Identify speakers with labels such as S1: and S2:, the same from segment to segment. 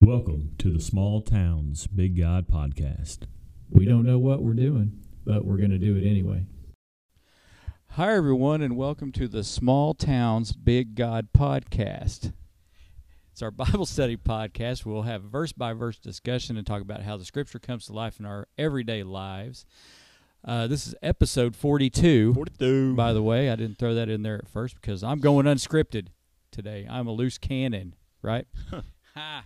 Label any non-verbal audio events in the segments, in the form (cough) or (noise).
S1: Welcome to the Small Towns Big God Podcast.
S2: We don't know what we're doing, but we're going to do it anyway.
S3: Hi, everyone, and welcome to the Small Towns Big God podcast. It's our (laughs) Bible study podcast. We'll have verse by verse discussion and talk about how the scripture comes to life in our everyday lives. Uh, this is episode 42.
S1: 42. (laughs)
S3: By the way, I didn't throw that in there at first because I'm going unscripted today. I'm a loose cannon, right? Ha.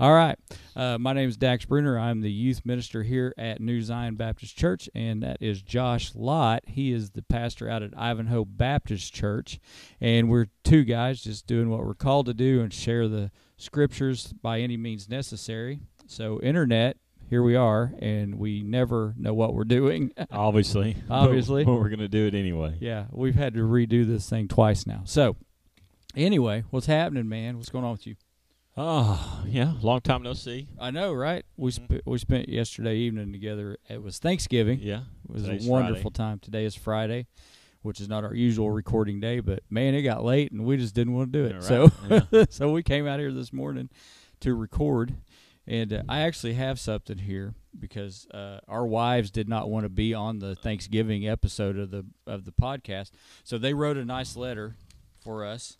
S3: All right. Uh, my name is Dax Bruner. I'm the youth minister here at New Zion Baptist Church, and that is Josh Lott. He is the pastor out at Ivanhoe Baptist Church, and we're two guys just doing what we're called to do and share the scriptures by any means necessary. So, internet, here we are, and we never know what we're doing.
S1: Obviously.
S3: Obviously.
S1: But, but we're going to do it anyway.
S3: Yeah, we've had to redo this thing twice now. So, anyway, what's happening, man? What's going on with you?
S1: Oh, yeah. Long time no see.
S3: I know, right? We sp- we spent yesterday evening together. It was Thanksgiving.
S1: Yeah.
S3: It was
S1: Today's
S3: a wonderful time. Today is Friday, which is not our usual recording day, but man, it got late and we just didn't want to do it.
S1: Friday.
S3: So
S1: Mm-hmm. Yeah, right.
S3: (laughs) so we came out here this morning to record, and uh, I actually have something here because uh, our wives did not want to be on the Thanksgiving episode of the of the podcast, so they wrote a nice letter for us.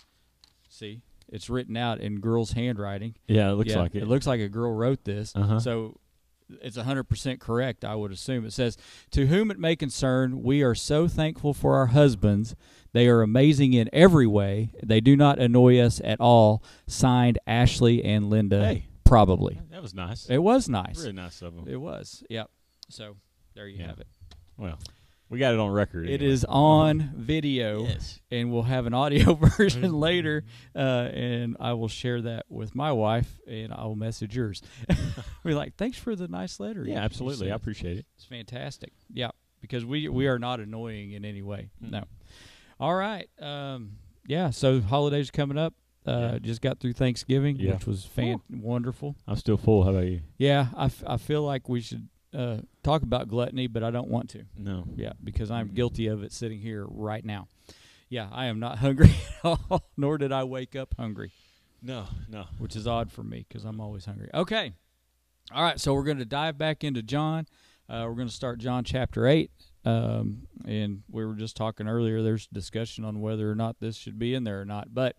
S3: See, it's written out in girls' handwriting.
S1: yeah. yeah, it looks
S3: Yeah,
S1: like it.
S3: It looks like a girl wrote this.
S1: Uh-huh.
S3: So it's 100% correct, I would assume. It says, To whom it may concern, we are so thankful for our husbands. They are amazing in every way. They do not annoy us at all. Signed, Ashley and Linda.
S1: Hey.
S3: Probably.
S1: that was nice.
S3: It was nice.
S1: Really nice of them.
S3: It was. Yep. So there you
S1: Yeah.
S3: have it.
S1: well, we got it on record.
S3: It
S1: anyway. Uh-huh.
S3: is on video.
S1: Yes. Mm-hmm.
S3: and we'll have an audio (laughs) version later, uh, and I will share that with my wife, and I'll message yours. (laughs) We're like, thanks for the nice letter.
S1: Yeah,
S3: you
S1: absolutely. I
S3: sent."
S1: appreciate it.
S3: It's fantastic. Yeah, because we we are not annoying in any way.
S1: Mm.
S3: No. All right. Um, yeah. So holidays coming up. Uh,
S1: Yeah.
S3: Just got through Thanksgiving,
S1: Yeah.
S3: which was fan- wonderful.
S1: I'm still full. How about you?
S3: Yeah, I, f- I feel like we should uh, talk about gluttony, but I don't want to.
S1: No.
S3: Yeah, because I'm guilty of it sitting here right now. Yeah, I am not (laughs) hungry at all, nor did I wake up hungry,
S1: No, no.
S3: which is odd for me because I'm always hungry. Okay. All right, so we're going to dive back into John. Uh, we're going to start John chapter 8. Um, and we were just talking earlier, there's discussion on whether or not this should be in there or not, but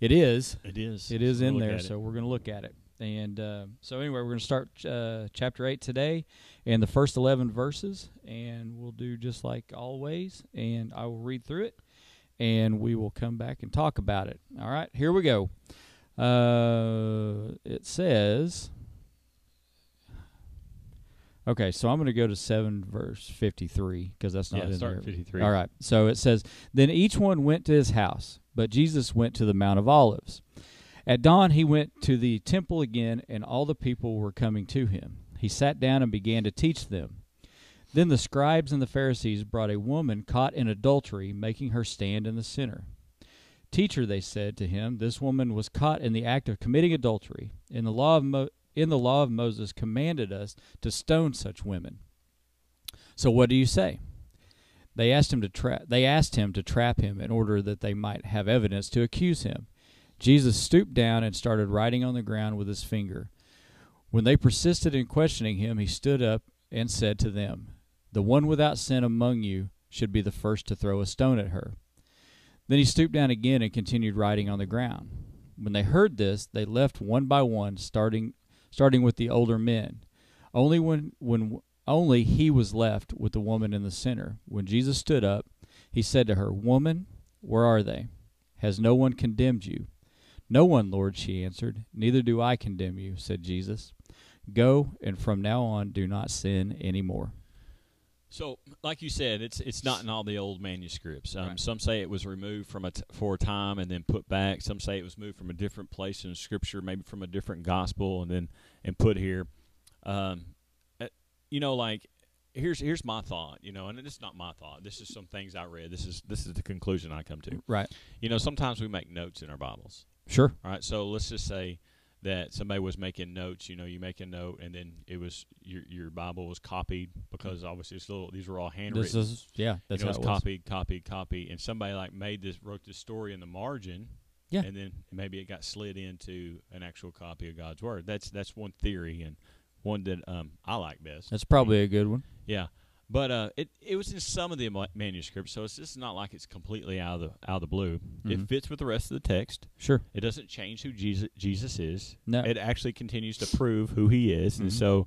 S3: it is.
S1: It is.
S3: It is
S1: We'll
S3: in
S1: look
S3: there,
S1: at it.
S3: so we're going to look at it. And uh, so, anyway, we're going to start uh, chapter 8 today and the first 11 verses. And we'll do just like always. And I will read through it and we will come back and talk about it. All right, here we go. Uh, it says. Okay, so I'm going to go to 7 verse 53 because that's not
S1: Yeah,
S3: in
S1: start
S3: there.
S1: at 53.
S3: All right. So it says, Then each one went to his house, but Jesus went to the Mount of Olives. At dawn, he went to the temple again, and all the people were coming to him. He sat down and began to teach them. Then the scribes and the Pharisees brought a woman caught in adultery, making her stand in the center. Teacher, they said to him, this woman was caught in the act of committing adultery. In the law of Mo- in the law of Moses commanded us to stone such women. So what do you say? They asked him to trap. They asked him to trap him in order that they might have evidence to accuse him. Jesus stooped down and started writing on the ground with his finger. When they persisted in questioning him, he stood up and said to them, "The one without sin among you should be the first to throw a stone at her." Then he stooped down again and continued writing on the ground. When they heard this, they left one by one, starting starting with the older men. Only when when only he was left with the woman in the center. When Jesus stood up, he said to her, "Woman, where are they? Has no one condemned you?" "No one, Lord," she answered. "Neither do I condemn you," said Jesus. "Go and from now on do not sin any more."
S4: So, like you said, it's it's not in all the old manuscripts. Um,
S3: Right.
S4: Some say it was removed from a t- for a time and then put back. Some say it was moved from a different place in Scripture, maybe from a different gospel, and then and put here. Um, uh, you know, like here's here's my thought. You know, and it's not my thought. This is some things I read. This is this is the conclusion I come to.
S3: Right.
S4: You know, sometimes we make notes in our Bibles.
S3: Sure.
S4: All right, so let's just say that somebody was making notes. You know, you make a note, and then it was your your Bible was copied because obviously it's little. These were all handwritten.
S3: This is yeah,
S4: you
S3: that's
S4: know,
S3: how
S4: it's
S3: it was.
S4: copied, copied, copied, and somebody like made this, wrote this story in the margin,
S3: Yeah.
S4: and then maybe it got slid into an actual copy of God's Word. That's that's one theory and one that um, I like best.
S3: That's probably a good one.
S4: Yeah, but uh, it it was in some of the ma- manuscripts, so it's just not like it's completely out of the out of the blue.
S3: Mhm.
S4: It fits with the rest of the text.
S3: Sure.
S4: It doesn't change who Jesus Jesus is.
S3: No.
S4: It actually continues to prove who he is, and
S3: Mhm.
S4: so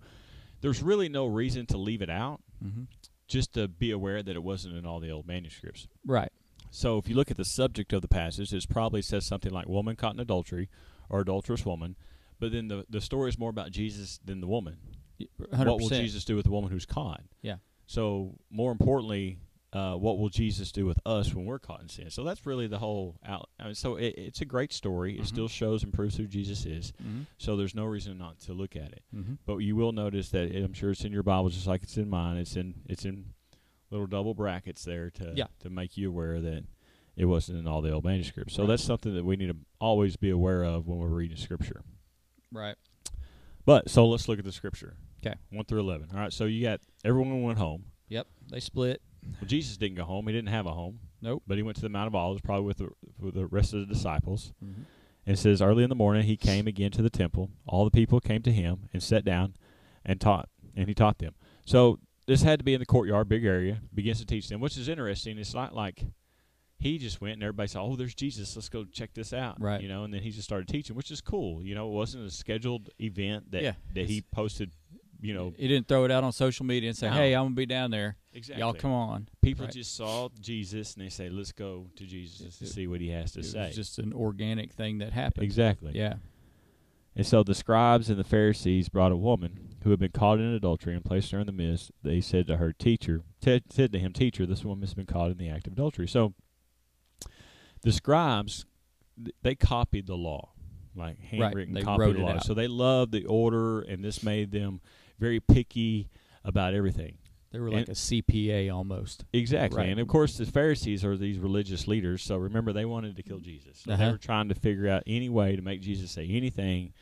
S4: there's really no reason to leave it out.
S3: Mm-hmm.
S4: Just to be aware that it wasn't in all the old manuscripts.
S3: Right.
S4: So if you look at the subject of the passage, it probably says something like woman caught in adultery or adulterous woman. But then the, the story is more about Jesus than the woman. What will
S3: 100%.
S4: Jesus do with the woman who's caught?
S3: Yeah.
S4: So more importantly, uh, what will Jesus do with us when we're caught in sin? So that's really the whole out. I mean, so it, it's a great story. It
S3: Mhm.
S4: still shows and proves who Jesus is.
S3: Mhm.
S4: So there's no reason not to look at it.
S3: Mhm.
S4: But you will notice that I'm sure it's in your Bible, just like it's in mine. It's in it's in little double brackets there to
S3: Yeah.
S4: to make you aware that it wasn't in all the old manuscripts. So that's something that we need to always be aware of when we're reading Scripture.
S3: Right.
S4: But so let's look at the Scripture.
S3: 'Kay.
S4: one through eleven. All right. So you got everyone went home.
S3: Yep. They split.
S4: Well, Jesus didn't go home. He didn't have a home.
S3: Nope.
S4: But he went to the Mount of Olives, probably with the, with the rest of the disciples.
S3: Mhm.
S4: And it says, Early in the morning he came again to the temple. All the people came to him and sat down and taught. And he taught them. So this had to be in the courtyard, big area, begins to teach them, which is interesting. It's not like he just went and everybody saw, Oh, there's Jesus. Let's go check this out.
S3: Right.
S4: You know, and then he just started teaching, which is cool. You know, it wasn't a scheduled event that,
S3: Yeah.
S4: that he posted, you know.
S3: He didn't throw it out on social media and say,
S4: No.
S3: "Hey, I'm gonna be down there.
S4: Exactly.
S3: Y'all come on."
S4: People
S3: Right.
S4: just saw Jesus and they say, Let's go to Jesus to
S3: It-
S4: see what he has to
S3: It
S4: say.
S3: was just an organic thing that happened.
S4: exactly.
S3: Yeah.
S4: And so the scribes and the Pharisees brought a woman who had been caught in adultery and placed her in the midst. They said to her, "Teacher," t- said to him, "Teacher, this woman has been caught in the act of adultery." So the scribes th- they copied the law, like handwritten
S3: they
S4: copied
S3: wrote
S4: the
S3: it
S4: law.
S3: out.
S4: So they loved the order, and this made them very picky about everything.
S3: They were
S4: And-
S3: like a CPA almost.
S4: Exactly.
S3: Right.
S4: And of course, the Pharisees are these religious leaders. So remember, they wanted to kill Jesus. So they
S3: Uh-huh.
S4: were trying to figure out any way to make Jesus say anything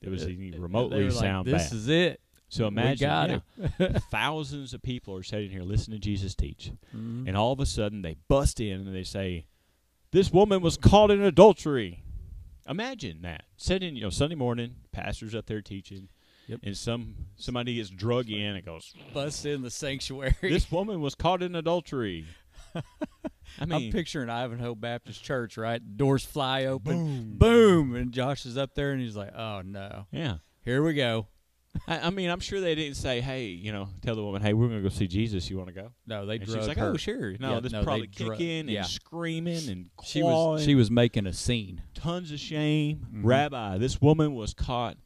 S4: that was
S3: Uh,
S4: any
S3: they
S4: remotely
S3: were like,
S4: sound
S3: This
S4: bad.
S3: is it.
S4: so
S3: we
S4: imagine
S3: got
S4: yeah,
S3: him. (laughs)
S4: thousands of people are sitting here listening to Jesus teach.
S3: Mhm.
S4: And all of a sudden, they bust in and they say, This woman was caught in adultery. Imagine that. Sitting, you know, Sunday morning, pastor's up there teaching.
S3: Yep.
S4: And some somebody gets drug in
S3: (laughs)
S4: and goes,
S3: Bust in the sanctuary.
S4: This woman was caught in adultery.
S3: (laughs)
S4: I mean,
S3: I'm picturing Ivanhoe Baptist Church, right? Doors fly open, boom. boom, and Josh is up there, and he's like, "Oh no,
S4: Yeah.
S3: here we go."
S4: (laughs) I, I mean, I'm sure they didn't say, hey, you know, tell the woman, hey, we're going to go see Jesus. You want to go?
S3: No, they
S4: and
S3: drug
S4: she's like,
S3: her.
S4: oh, sure. No,
S3: Yeah,
S4: this
S3: no, they
S4: probably
S3: drug-
S4: kicking
S3: yeah.
S4: and screaming and clawing.
S3: she was she Mm-hmm. was making a scene.
S4: tons of shame. Rabbi, this woman was caught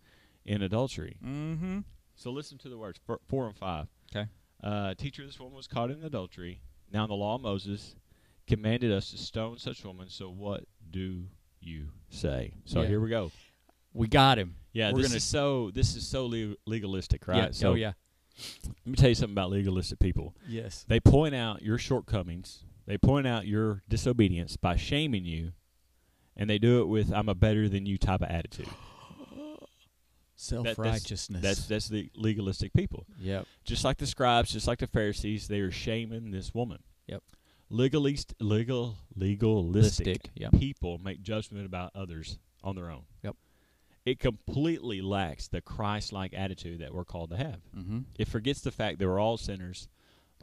S4: in adultery.
S3: Mm-hmm.
S4: So listen to the words, four, four and five.
S3: 'Kay.
S4: Uh, teacher, this woman was caught in adultery. Now the law of Moses commanded us to stone such woman. So what do you say? So
S3: Yeah.
S4: here we go.
S3: We got him.
S4: Yeah,
S3: We're
S4: this
S3: gonna-
S4: is so this is so le- legalistic, right?
S3: yeah.
S4: So
S3: oh yeah.
S4: let me tell you something about legalistic people.
S3: Yes.
S4: They point out your shortcomings. They point out your disobedience by shaming you, and they do it with "I'm a better than you" type of attitude.
S3: Self righteousness.
S4: That's that's the legalistic people.
S3: yep.
S4: Just like the scribes, just like the Pharisees, they are shaming this woman.
S3: Yep.
S4: Legalist, legal, legalistic
S3: Listic, yep.
S4: people make judgment about others on their own.
S3: Yep.
S4: It completely lacks the Christ-like attitude that we're called to have.
S3: Mm-hmm.
S4: It forgets the fact that we're all sinners,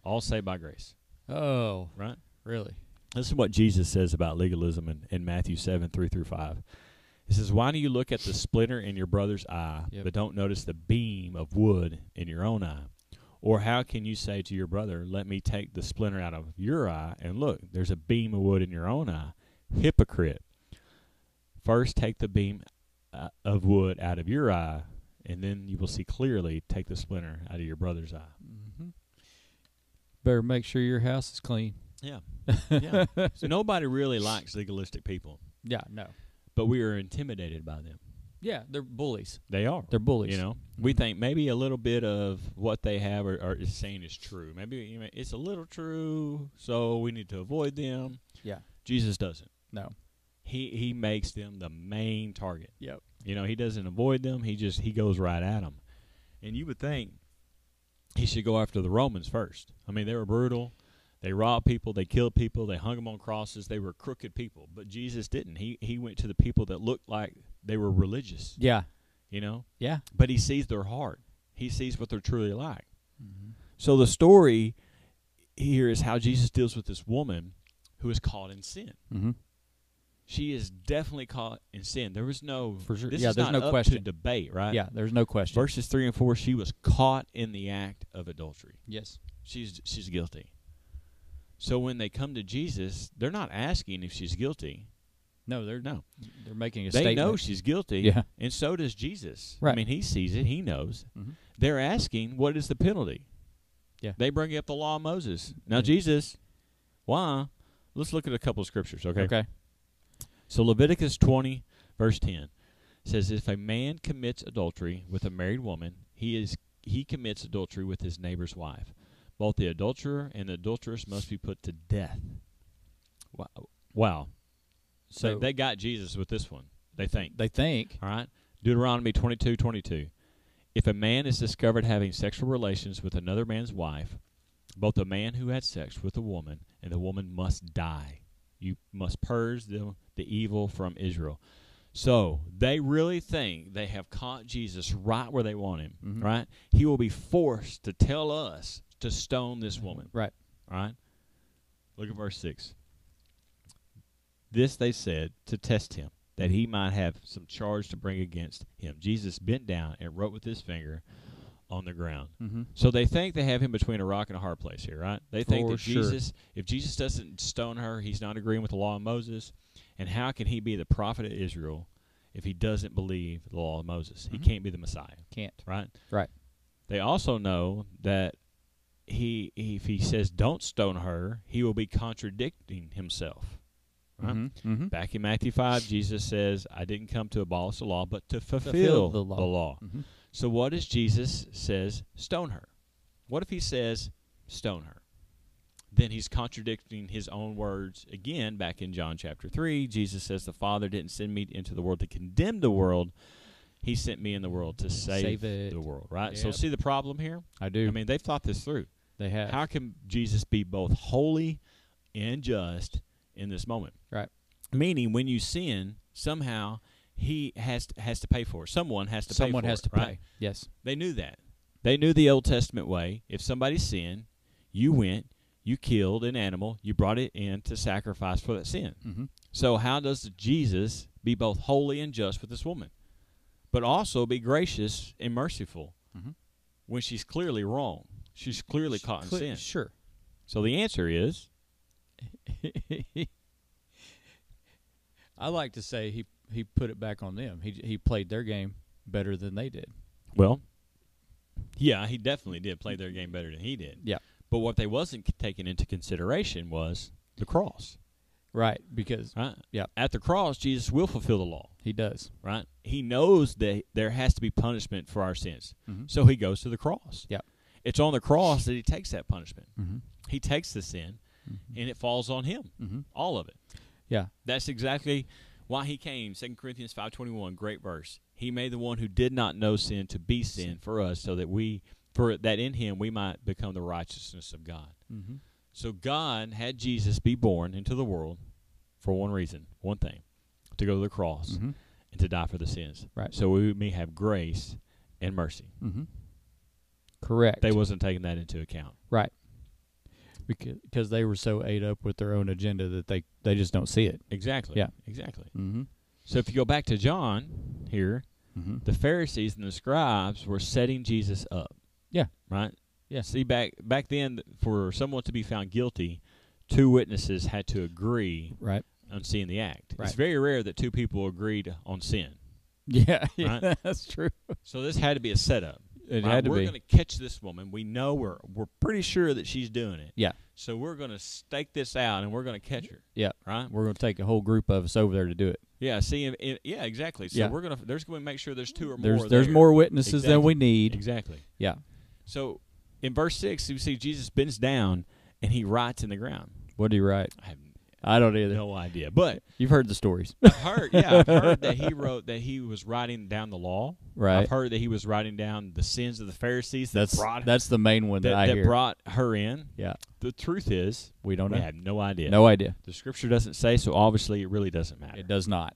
S4: all saved by grace.
S3: Oh,
S4: Right.
S3: really?
S4: This is what Jesus says about legalism in, in Matthew 7 3 through 5. He says, Why do you look at the splinter in your brother's eye,
S3: Yep.
S4: but don't notice the beam of wood in your own eye? Or how can you say to your brother, Let me take the splinter out of your eye, and look, there's a beam of wood in your own eye? Hypocrite. First take the beam uh, of wood out of your eye, and then you will see clearly, take the splinter out of your brother's eye.
S3: Mm-hmm. Better make sure your house is clean.
S4: Yeah. (laughs) yeah. so nobody really likes legalistic people.
S3: Yeah. No.
S4: but we are intimidated by them.
S3: Yeah, they're bullies.
S4: They are.
S3: They're Mm-hmm. bullies.
S4: you know, we think maybe a little bit of what they have or, or is saying is true. Maybe you know, it's a little true, so we need to avoid them.
S3: Yeah.
S4: Jesus doesn't.
S3: No.
S4: He he makes them the main target.
S3: Yep.
S4: You know, he doesn't avoid them. He just he goes right at them. And you would think he should go after the Romans first. I mean, they were brutal. They robbed people, they killed people, they hung them on crosses. They were crooked people, but Jesus didn't. He he went to the people that looked like they were religious,
S3: Yeah.
S4: you know.
S3: Yeah.
S4: But he sees their heart. He sees what they're truly like. So the story here is how Jesus deals with this woman who is caught in sin.
S3: Mm-hmm.
S4: She is definitely caught in sin. There was no
S3: For sure.
S4: This
S3: Yeah,
S4: is
S3: there's
S4: not
S3: no
S4: up to
S3: question.
S4: debate, right?
S3: Yeah. There's no question.
S4: Verses three and four, she was caught in the act of adultery.
S3: Yes.
S4: She's she's guilty. So when they come to Jesus, they're not asking if she's guilty.
S3: No, they're
S4: No.
S3: They're making a
S4: they
S3: statement.
S4: know she's guilty.
S3: Yeah.
S4: And so does Jesus. I
S3: Right.
S4: mean, he sees it, he knows.
S3: Mhm.
S4: They're asking, what is the penalty?
S3: Yeah.
S4: They bring up the law of Moses. Now,
S3: Yeah.
S4: Jesus, why? Let's look at a couple of scriptures, okay?
S3: Okay.
S4: So, Leviticus 20, verse 10 says, If a man commits adultery with a married woman, he is he commits adultery with his neighbor's wife. Both the adulterer and the adulteress must be put to death. Wow. Wow. So,
S3: So-
S4: they got Jesus with this one, they think.
S3: They think.
S4: All right. Deuteronomy twenty-two, twenty-two. If a man is discovered having sexual relations with another man's wife, both the man who had sex with the woman and the woman must die. You must purge the, the evil from Israel. So they really think they have caught Jesus right where they want him,
S3: Mhm.
S4: right? He will be forced to tell us to stone this woman.
S3: Right.
S4: All right. Look at verse 6. This they said to test him, that he might have some charge to bring against him. Jesus bent down and wrote with his finger on the ground.
S3: Mm-hmm.
S4: So they think they have him between a rock and a hard place here, right? They think
S3: For
S4: that
S3: sure.
S4: Jesus, if Jesus doesn't stone her, he's not agreeing with the law of Moses. And how can he be the prophet of Israel if he doesn't believe the law of Moses?
S3: Mhm.
S4: He can't be the Messiah
S3: Can't.
S4: right?
S3: Right.
S4: They also know that he if he says don't stone her, he will be contradicting himself. Right?
S3: Mm-hmm. Mm-hmm.
S4: Back in Matthew 5, Jesus says, I didn't come to abolish the law, but to fulfill,
S3: Fulfill the
S4: the law.
S3: law. Mm-hmm.
S4: So what does Jesus says, stone her? What if he says, stone her? Then he's contradicting his own words again back in John chapter 3. Jesus says, The Father didn't send me into the world to condemn the world. He sent me in the world to save,
S3: Save it.
S4: the world, right? So,
S3: Yep.
S4: see the problem here?
S3: I do.
S4: I mean, they've thought this through.
S3: they have.
S4: How can Jesus be both holy and just in this moment?
S3: Right.
S4: Meaning, when you sin, somehow he has to, has to pay for it. Someone has to
S3: Someone
S4: pay for
S3: has
S4: it,
S3: to pay.
S4: right?
S3: Yes.
S4: They knew that. They knew the Old Testament way. If somebody sinned, you went, you killed an animal, you brought it in to sacrifice for that sin.
S3: Mm-hmm.
S4: So how does Jesus be both holy and just with this woman, but also be gracious and merciful
S3: Mhm.
S4: when she's clearly wrong? She's clearly caught in sin.
S3: Sure.
S4: So the answer is
S3: I like to say he he put it back on them. He he played their game better than they did.
S4: well, yeah, he definitely did play their game better than he did.
S3: Yeah.
S4: But what they wasn't c- taking into consideration was the cross.
S3: Right. Because
S4: Right.
S3: Yeah.
S4: At the cross, Jesus will fulfill the law.
S3: he does.
S4: Right. He knows that there has to be punishment for our sins,
S3: Mhm.
S4: so he goes to the cross.
S3: Yeah.
S4: It's on the cross that he takes that punishment.
S3: Mm-hmm.
S4: He takes the sin, and it falls on him,
S3: Mm-hmm.
S4: all of it.
S3: Yeah.
S4: That's exactly why he came. Second Corinthians five twenty one, great verse. He made the one who did not know sin to be sin for us, so that we, for that in him we might become the righteousness of God.
S3: Mm-hmm.
S4: So God had Jesus be born into the world for one reason, one thing, to go to the cross
S3: Mm-hmm.
S4: and to die for the sins.
S3: Right.
S4: So we may have grace and mercy.
S3: Mm-hmm. Correct.
S4: They wasn't taking that into account.
S3: Right. Because, because they were so ate up with their own agenda that they, they just don't see it.
S4: Exactly.
S3: Yeah.
S4: Exactly.
S3: Mm-hmm.
S4: So if you go back to John here,
S3: Mm-hmm.
S4: the Pharisees and the scribes were setting Jesus up.
S3: Yeah.
S4: Right?
S3: Yeah.
S4: See back back then for someone to be found guilty, two witnesses had to agree
S3: Right.
S4: on seeing the act.
S3: Right.
S4: It's very rare that two people agreed on sin.
S3: (laughs) Yeah. yeah
S4: Right.
S3: That's true.
S4: So this had to be a setup.
S3: It
S4: right?
S3: had to
S4: we're
S3: be.
S4: going to catch this woman. We know we're we're pretty sure that she's doing it.
S3: Yeah.
S4: So we're going to stake this out and we're going to catch her.
S3: Yeah.
S4: Right.
S3: We're going to take a whole group of us over there to do it.
S4: Yeah. See. If, if- yeah. Exactly. So
S3: Yeah.
S4: we're going to there's going to make sure there's two or
S3: There's
S4: more.
S3: there's
S4: there.
S3: more witnesses than
S4: Exactly.
S3: we need.
S4: Exactly.
S3: Yeah.
S4: So in verse six, you see Jesus bends down and he writes in the ground.
S3: What do you write?
S4: I have
S3: I don't either.
S4: No idea. But
S3: You've heard the stories,
S4: I've heard, yeah, I've heard that he wrote that he was writing down the law.
S3: right?
S4: I've heard that he was writing down the sins of the Pharisees that
S3: that's
S4: brought
S3: that's the main one that,
S4: that,
S3: I
S4: that
S3: hear.
S4: brought her in.
S3: Yeah.
S4: The truth is,
S3: we don't know.
S4: we have no idea.
S3: No idea.
S4: The scripture doesn't say, so obviously it really doesn't matter.
S3: It does not.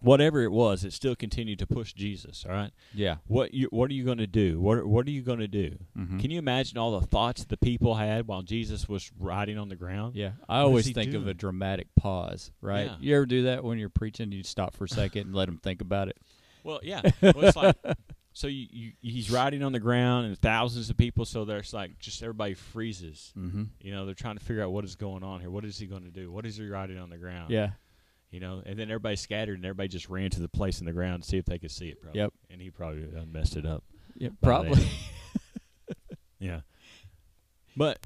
S4: Whatever it was, it still continued to push Jesus. All right.
S3: Yeah.
S4: What you What are you going to do? What What are you going to do?
S3: Mhm.
S4: Can you imagine all the thoughts the people had while Jesus was riding on the ground?
S3: Yeah, I
S4: What is
S3: always
S4: he
S3: think of a
S4: doing?
S3: dramatic pause, right?
S4: Yeah.
S3: You ever do that when you're preaching? You stop for a second and let them think about
S4: (laughs)
S3: it.
S4: Well, yeah. Well, it's like so you, you he's riding on the ground and thousands of people. So there's like just everybody freezes.
S3: Mm-hmm.
S4: You know, they're trying to figure out what is going on here. What is he going to do? What is he riding on the ground?
S3: Yeah,
S4: You know, and then everybody scattered and everybody just ran to the place in the ground to see if they could see it. Probably.
S3: Yep.
S4: And he probably done messed it up.
S3: yeah,
S4: by then.
S3: probably.
S4: yeah. But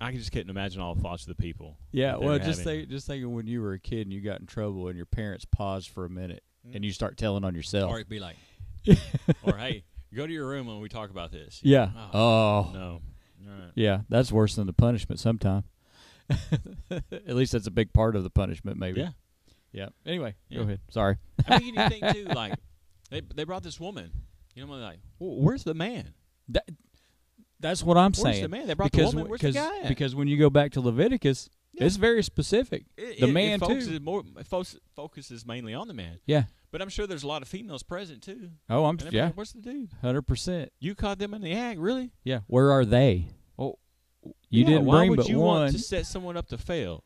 S4: I just couldn't imagine all the thoughts of the people.
S3: Yeah,
S4: that they
S3: well,
S4: were
S3: just
S4: having.
S3: think, just thinking when you were a kid and you got in trouble and your parents paused for a minute and
S4: Mm.
S3: you start telling on yourself.
S4: Or it'd be like,
S3: (laughs)
S4: or hey, go to your room when we talk about this.
S3: Yeah.
S4: Oh,
S3: Oh,
S4: no. All right.
S3: yeah, that's worse than the punishment sometime. (laughs) At least that's a big part of the punishment, maybe.
S4: Yeah.
S3: Yeah. Anyway,
S4: Yeah.
S3: go ahead. Sorry.
S4: I mean, you think too, like they they brought this woman. You know, I'm like, well, where's the man?
S3: That, that's what I'm
S4: Where's
S3: saying.
S4: the man? They brought
S3: because
S4: the
S3: w-
S4: woman. Where's the
S3: cause,
S4: guy? At?
S3: because when you go back to Leviticus,
S4: Yeah.
S3: it's very specific.
S4: It-
S3: the
S4: it- it
S3: man, too.
S4: focuses more. It fo- focuses mainly on the man.
S3: Yeah.
S4: But I'm sure there's a lot of females present too.
S3: Oh, I'm
S4: And they're
S3: yeah,
S4: like, where's the dude?
S3: hundred percent.
S4: You caught them in the act, really?
S3: Yeah. Where are they?
S4: Oh,
S3: you
S4: Yeah,
S3: didn't
S4: why
S3: bring
S4: would
S3: but
S4: you
S3: one.
S4: want to set someone up to fail?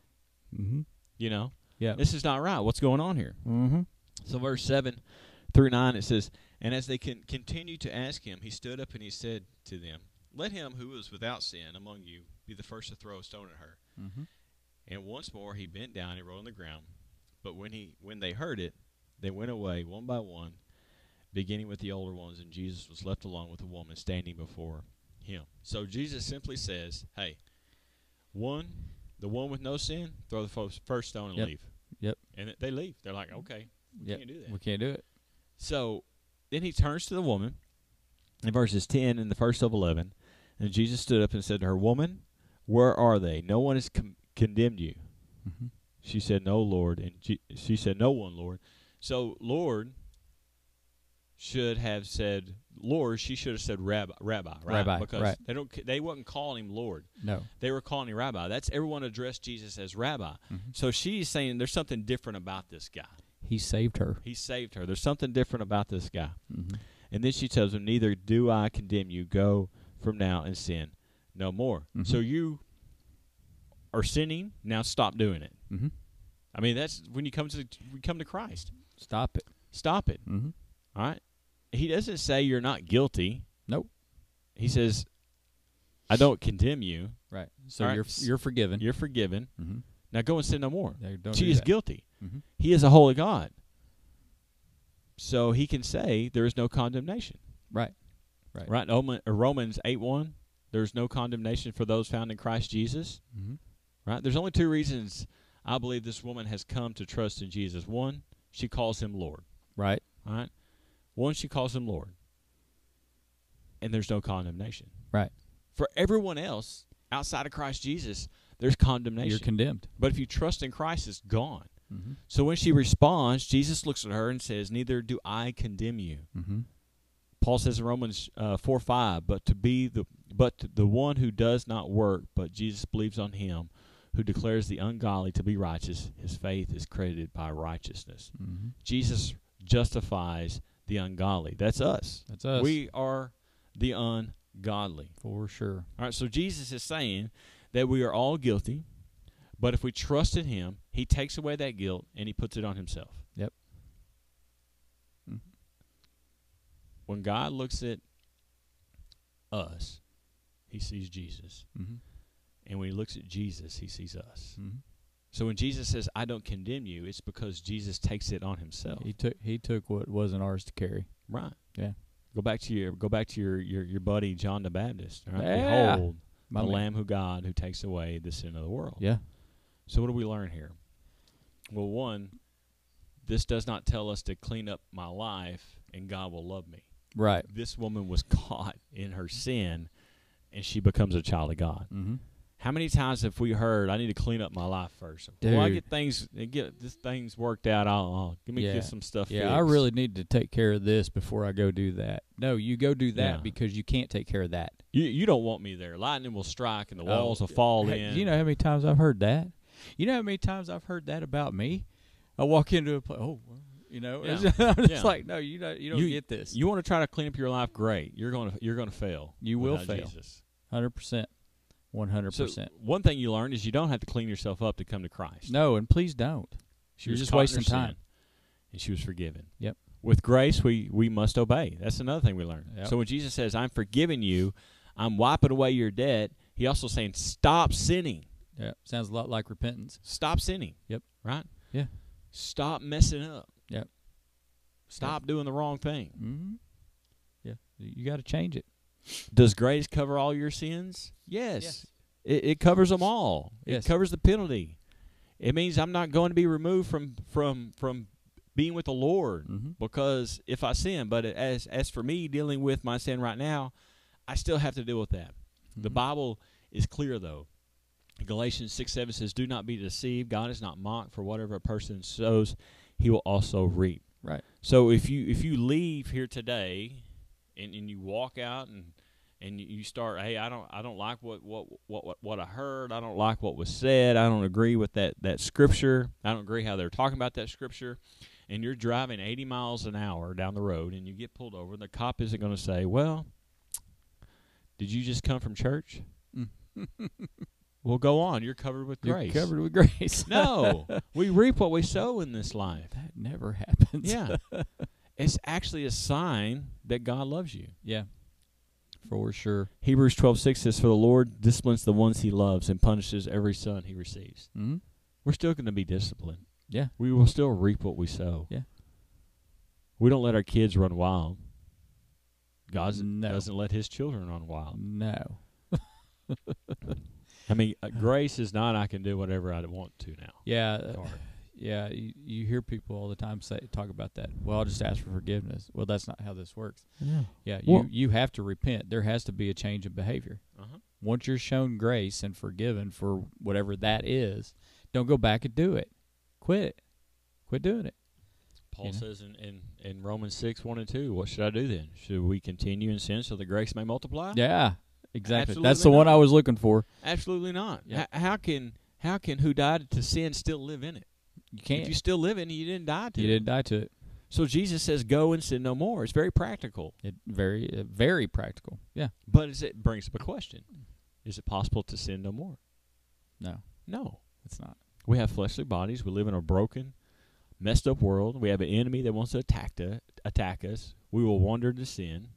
S3: mm-hmm.
S4: You know,
S3: Yeah.
S4: this is not right. What's going on here?
S3: Mm-hmm.
S4: So verse seven through nine it says, and as they con- continued to ask him, he stood up and he said to them, Let him who is without sin among you be the first to throw a stone at her.
S3: Mhm.
S4: And once more he bent down and rolled on the ground. But when he when they heard it, they went away one by one, beginning with the older ones, and Jesus was left alone with the woman standing before him. So Jesus simply says, Hey, one, the one with no sin, throw the fo- first stone and
S3: Yep.
S4: leave.
S3: Yep.
S4: And th- they leave. They're like, Okay, we
S3: Yep.
S4: can't do that.
S3: We can't do it.
S4: So then he turns to the woman in verses 10 and the first of 11. And Jesus stood up and said to her, Woman, where are they? No one has com- condemned you.
S3: Mhm.
S4: She said, No, Lord. And Je- she said, No one, Lord. So, Lord should have said, Lord, she should have said Rabbi, Rabbi, right?
S3: Rabbi,
S4: because
S3: right.
S4: they don't, they wasn't calling him Lord.
S3: No.
S4: They were calling him Rabbi. That's everyone addressed Jesus as Rabbi.
S3: Mhm.
S4: So she's saying there's something different about this guy.
S3: He saved her.
S4: He saved her. There's something different about this guy.
S3: Mm-hmm.
S4: And then she tells him, Neither do I condemn you. Go from now and sin no more.
S3: Mhm.
S4: So you are sinning. Now stop doing it.
S3: Mm-hmm.
S4: I mean, that's when you come to we come to Christ.
S3: Stop it.
S4: Stop it.
S3: Mm-hmm.
S4: All right. He doesn't say you're not guilty.
S3: Nope.
S4: He says, I don't condemn you.
S3: Right. So
S4: All right.
S3: you're you're forgiven.
S4: You're forgiven.
S3: mm-hmm.
S4: Now go and sin no more.
S3: don't
S4: she
S3: do
S4: is
S3: that.
S4: guilty.
S3: Mhm.
S4: He is a holy God. So he can say there is no condemnation.
S3: Right. Right.
S4: Right. Roman- uh, Romans 8 1. There's no condemnation for those found in Christ Jesus.
S3: Mm-hmm.
S4: Right. There's only two reasons I believe this woman has come to trust in Jesus. One, she calls him Lord.
S3: Right.
S4: All right. One, she calls him Lord. And there's no condemnation.
S3: Right.
S4: For everyone else outside of Christ Jesus, there's condemnation.
S3: You're condemned.
S4: but if you trust in Christ, it's gone.
S3: Mm-hmm.
S4: So when she responds, Jesus looks at her and says, Neither do I condemn you.
S3: Mm-hmm.
S4: Paul says in Romans uh, 4 5, but to be the but to the one who does not work, but Jesus believes on him who declares the ungodly to be righteous, his faith is credited by righteousness.
S3: Mm-hmm.
S4: Jesus justifies the ungodly. That's us.
S3: That's us.
S4: We are the ungodly.
S3: for sure.
S4: All right, so Jesus is saying that we are all guilty, but if we trust in him, he takes away that guilt and he puts it on himself.
S3: Yep. Mhm.
S4: When God looks at us, he sees Jesus.
S3: Mm-hmm.
S4: And when he looks at Jesus, he sees us.
S3: Mm-hmm.
S4: So when Jesus says, I don't condemn you, it's because Jesus takes it on himself.
S3: He took he took what wasn't ours to carry.
S4: right.
S3: Yeah.
S4: Go back to your go back to your your, your buddy John the Baptist. all right?
S3: Yeah.
S4: Behold
S3: My
S4: the
S3: man.
S4: Lamb who God who takes away the sin of the world.
S3: Yeah.
S4: So what do we learn here? Well, one, this does not tell us to clean up my life and God will love me.
S3: Right.
S4: (laughs) This woman was caught in her sin and she becomes a child of God.
S3: Mm-hmm.
S4: How many times have we heard, "I need to clean up my life first? Well, I
S3: Dude.
S4: get things, get this things worked out. I'll, I'll give me
S3: Yeah.
S4: get some stuff.
S3: Yeah, I
S4: fixed.
S3: really need to take care of this before I go do that. No, you go do that
S4: Yeah.
S3: because you can't take care of that.
S4: You, you don't want me there. Lightning will strike and the
S3: Oh,
S4: walls will fall
S3: Hey,
S4: in.
S3: You know how many times I've heard that? You know how many times I've heard that about me? I walk into a place, oh, well, you know,
S4: Yeah.
S3: (laughs) I'm just
S4: Yeah.
S3: like, no, you don't, you don't
S4: You-
S3: get this.
S4: you want to try to clean up your life. Great, you're going to you're going to fail.
S3: You will
S4: without
S3: fail.
S4: Jesus.
S3: Hundred percent, one hundred
S4: So
S3: percent.
S4: one thing you learn is you don't have to clean yourself up to come to Christ.
S3: No, and please don't.
S4: she
S3: you're
S4: was
S3: just
S4: caught in
S3: wasting
S4: her sin,
S3: time.
S4: and she was forgiven.
S3: Yep.
S4: With grace, we we must obey. That's another thing we learn.
S3: Yep.
S4: So when Jesus says, "I'm forgiving you," I'm wiping away your debt. He also saying, "Stop sinning.
S3: Yeah, sounds a lot like repentance.
S4: Stop sinning."
S3: Yep.
S4: Right.
S3: Yeah.
S4: Stop messing up.
S3: Yep.
S4: Stop doing the wrong thing.
S3: Mm-hmm. Yeah, you got to change it.
S4: Does grace cover all your sins? Yes.
S3: Yes.
S4: It, it covers them all.
S3: Yes.
S4: It covers the penalty. It means I'm not going to be removed from from from being with the Lord
S3: Mm-hmm.
S4: because if I sin, but as as for me dealing with my sin right now, I still have to deal with that. The
S3: Mm-hmm.
S4: Bible is clear though. Galatians 6 7 says, Do not be deceived. God is not mocked, for whatever a person sows, he will also reap.
S3: Right.
S4: So if you if you leave here today and, and you walk out and and you- you start, hey, I don't I don't like what what, what what what I heard, I don't like what was said, I don't agree with that, that scripture, I don't agree how they're talking about that scripture, and you're driving eighty miles an hour down the road and you get pulled over, the cop isn't gonna say, Well, did you just come from church?
S3: (laughs)
S4: well go on, you're covered with
S3: You're
S4: grace. (laughs)
S3: covered with (laughs) grace.
S4: no. We reap what we sow in this life.
S3: that never happens.
S4: Yeah.
S3: (laughs)
S4: it's actually a sign that God loves you.
S3: yeah, for sure.
S4: Hebrews twelve six says, For the Lord disciplines the ones he loves and punishes every son he receives.
S3: Mm-hmm.
S4: We're still going to be disciplined.
S3: Yeah.
S4: We will still reap what we sow.
S3: Yeah.
S4: We don't let our kids run wild. God
S3: No.
S4: doesn't let his children run wild.
S3: No.
S4: I mean, uh, grace is not, I can do whatever I want to now.
S3: Yeah. uh, (laughs)
S4: Card.
S3: Yeah, you, you hear people all the time say talk about that. Well, I'll just ask for forgiveness. Well, that's not how this works. Yeah, you
S4: Well-
S3: you have to repent. There has to be a change in behavior.
S4: Uh-huh.
S3: Once you're shown grace and forgiven for whatever that is, don't go back and do it. Quit it. Quit doing it.
S4: Paul
S3: You know?
S4: says in, in, in Romans 6 1 and 2, What should I do then? Should we continue in sin so the grace may multiply?
S3: Yeah, exactly. that's
S4: Absolutely
S3: the one
S4: not.
S3: I was looking for.
S4: Absolutely not.
S3: Yeah.
S4: H- how can how can who died to sin still live in it?
S3: You can't.
S4: If you still live in it, you didn't die to
S3: you
S4: it.
S3: didn't die to it.
S4: So Jesus says, "Go and sin no more." It's very practical,
S3: It very uh, very practical. Yeah.
S4: but is it brings up a question: Is it possible to sin no more?
S3: No,
S4: No.
S3: it's not.
S4: We have fleshly bodies. We live in a broken, messed up world. We have an enemy that wants to attack to, attack us. We will wander into sin,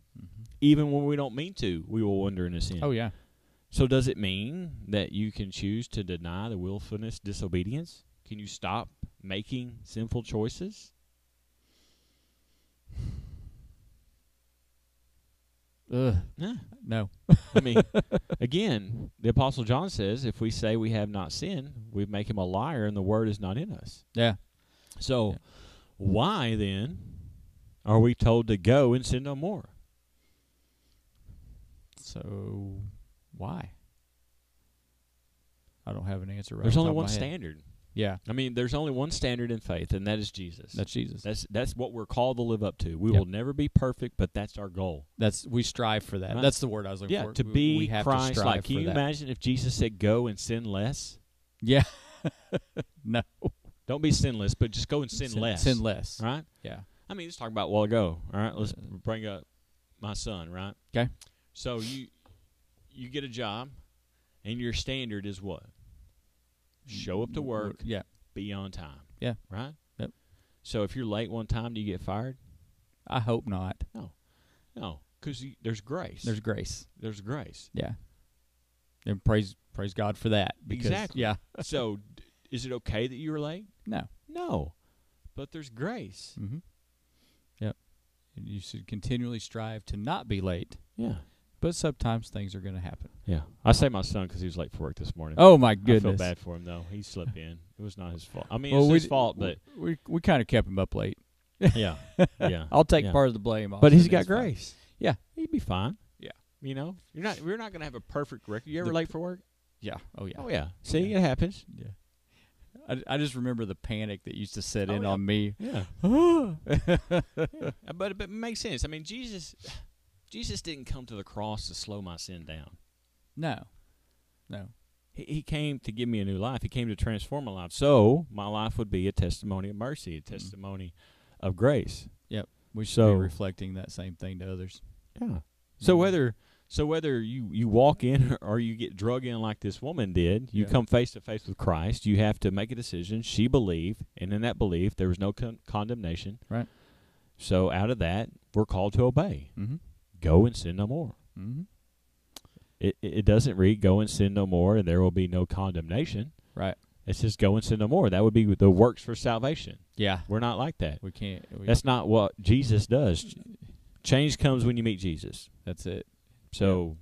S4: even when we don't mean to. We will wander into sin.
S3: Mm-hmm. Oh yeah.
S4: So does it mean that you can choose to deny the willfulness disobedience? Can you stop making sinful choices?
S3: Ugh.
S4: Yeah.
S3: No.
S4: I mean, again, the Apostle John says, if we say we have not sinned, we make him a liar and the word is not in us.
S3: Yeah.
S4: So
S3: Yeah.
S4: why then are we told to go and sin no more?
S3: So why? I don't have an answer right.
S4: there's
S3: off the
S4: only
S3: top of
S4: one
S3: my head.
S4: standard.
S3: Yeah,
S4: I mean, there's only one standard in faith, and that is Jesus.
S3: that's Jesus. That's,
S4: that's that's what we're called to live up to. We
S3: Yep.
S4: will never be perfect, but that's our goal.
S3: we strive for that.
S4: Right.
S3: That's the word I was looking
S4: yeah,
S3: for.
S4: to
S3: We-
S4: be
S3: we have
S4: Christ
S3: to strive
S4: like. Can
S3: for
S4: you
S3: that.
S4: imagine if Jesus said, "Go and sin less"?
S3: Yeah. (laughs) no.
S4: Don't be sinless, but just go and sin, less.
S3: Sin less.
S4: right?
S3: Yeah.
S4: I mean, let's talk about a while ago. All right, let's bring up my son. Right?
S3: 'Kay.
S4: So you you get a job, and your standard is what? Show up to work,
S3: Yeah.
S4: be on time.
S3: Yeah.
S4: Right.
S3: Yep.
S4: So if you're late one time, do you get fired?
S3: I hope not.
S4: No, because there's grace.
S3: There's grace.
S4: there's grace.
S3: Yeah. And praise praise God for that. Because,
S4: Exactly.
S3: Yeah. (laughs)
S4: so, d- is it okay that you were late?
S3: No.
S4: No, but there's grace.
S3: Mm-hmm. Yep. And you should continually strive to not be late,
S4: Yeah.
S3: but sometimes things are going to happen.
S4: Yeah, I say my son because he was late for work this morning.
S3: Oh my
S4: I
S3: goodness.
S4: feel bad for him though. He slipped in. It was not his fault. I mean,
S3: Well,
S4: it's
S3: we
S4: his
S3: d-
S4: fault, but
S3: we we kind of kept him up late. (laughs)
S4: yeah, yeah.
S3: I'll take
S4: Yeah.
S3: part of the blame.
S4: But he's
S3: Austin.
S4: got
S3: It's fine.
S4: grace.
S3: Yeah.
S4: he'd be fine.
S3: Yeah.
S4: you know, you're not. We're not gonna have a perfect record. You ever
S3: The-
S4: late for work?
S3: Yeah. Oh yeah.
S4: Oh yeah. See, it happens.
S3: Yeah. I, I just remember the panic that used to set
S4: Oh,
S3: in
S4: yeah.
S3: on me.
S4: Yeah. (laughs) But but it makes sense. I mean, Jesus Jesus didn't come to the cross to slow my sin down.
S3: No. No.
S4: He, he came to give me a new life. He came to transform my life. So my life would be a testimony of mercy, a testimony of grace.
S3: We should
S4: So-
S3: be reflecting that same thing to others.
S4: Yeah. So
S3: Mhm.
S4: whether so whether you you walk in (laughs) or you get drug in like this woman did, you
S3: Yeah.
S4: come face to face with Christ. You have to make a decision. She believed, and in that belief, there was no con- condemnation.
S3: Right.
S4: So out of that, we're called to obey.
S3: Mm-hmm.
S4: Go and sin no more.
S3: Mm-hmm.
S4: It it it doesn't read go and sin no more, and there will be no condemnation.
S3: Right.
S4: It says go and sin no more. That would be the works for salvation.
S3: Yeah.
S4: We're not like that.
S3: We can't. We,
S4: That's not what Jesus does. Ch- Change comes when you meet Jesus.
S3: that's it.
S4: So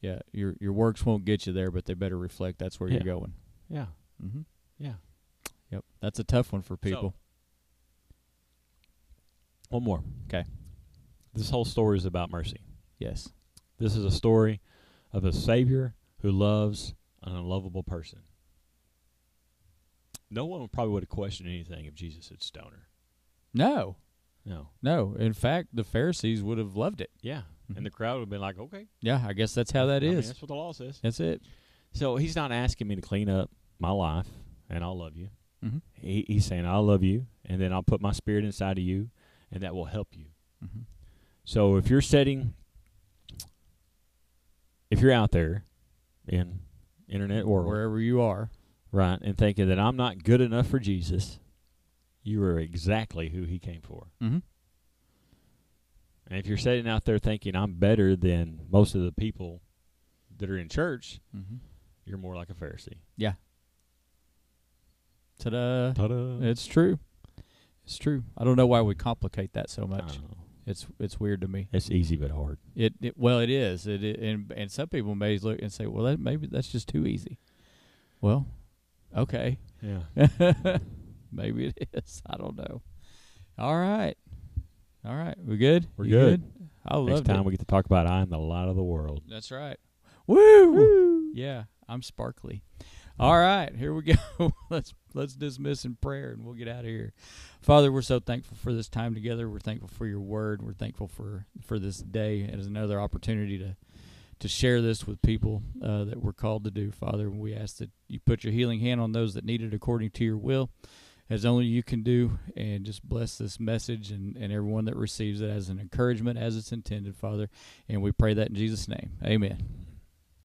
S3: Yeah. Your your works won't get you there, but they better reflect that's where
S4: Yeah.
S3: you're going.
S4: yeah,
S3: Mm-hmm.
S4: yeah.
S3: Yep. That's a tough one for people.
S4: One more.
S3: 'Kay.
S4: This whole story is about mercy.
S3: yes.
S4: This is a story of a Savior who loves an unlovable person. No one probably would have questioned anything if Jesus had stoned her.
S3: No.
S4: No.
S3: No. In fact, the Pharisees would have loved it.
S4: Yeah.
S3: Mhm.
S4: And the crowd would have been like, okay.
S3: Yeah. I guess that's how that
S4: I mean,
S3: is.
S4: that's what the law says.
S3: That's it.
S4: So he's not asking me to clean up my life and I'll love you.
S3: Mhm.
S4: He, he's saying, I love you and then I'll put my spirit inside of you and that will help you.
S3: Mhm.
S4: So if you're setting, if you're out there in internet world,
S3: Wherever you are.
S4: right, and thinking that I'm not good enough for Jesus, you are exactly who he came for.
S3: Mm-hmm.
S4: And if you're sitting out there thinking I'm better than most of the people that are in church,
S3: Mm-hmm.
S4: you're more like a Pharisee.
S3: Ta-da.
S4: Ta-da.
S3: It's true. It's true. I don't know why we complicate that so
S4: I
S3: much.
S4: don't know.
S3: It's it's weird to me.
S4: It's easy but hard.
S3: It, it well, it is. It, it and and some people may look and say, well, that, maybe that's just too easy. Well, okay, (laughs)
S4: Yeah.
S3: maybe it is. I don't know. All right, all right. We good?
S4: We're
S3: You
S4: good.
S3: I love
S4: Next time we get to talk about I am the light of the world.
S3: That's right. Woo! Yeah, I'm sparkly. All right, here we (laughs) go. let's let's dismiss in prayer and we'll get out of here. Father, we're so thankful for this time together. We're thankful for your word. We're thankful for for this day as another opportunity to to share this with people uh, that we're called to do, Father. And we ask that you put your healing hand on those that need it according to your will, as only you can do, and just bless this message and, and everyone that receives it as an encouragement as it's intended, Father. And we pray that in Jesus' name. Amen.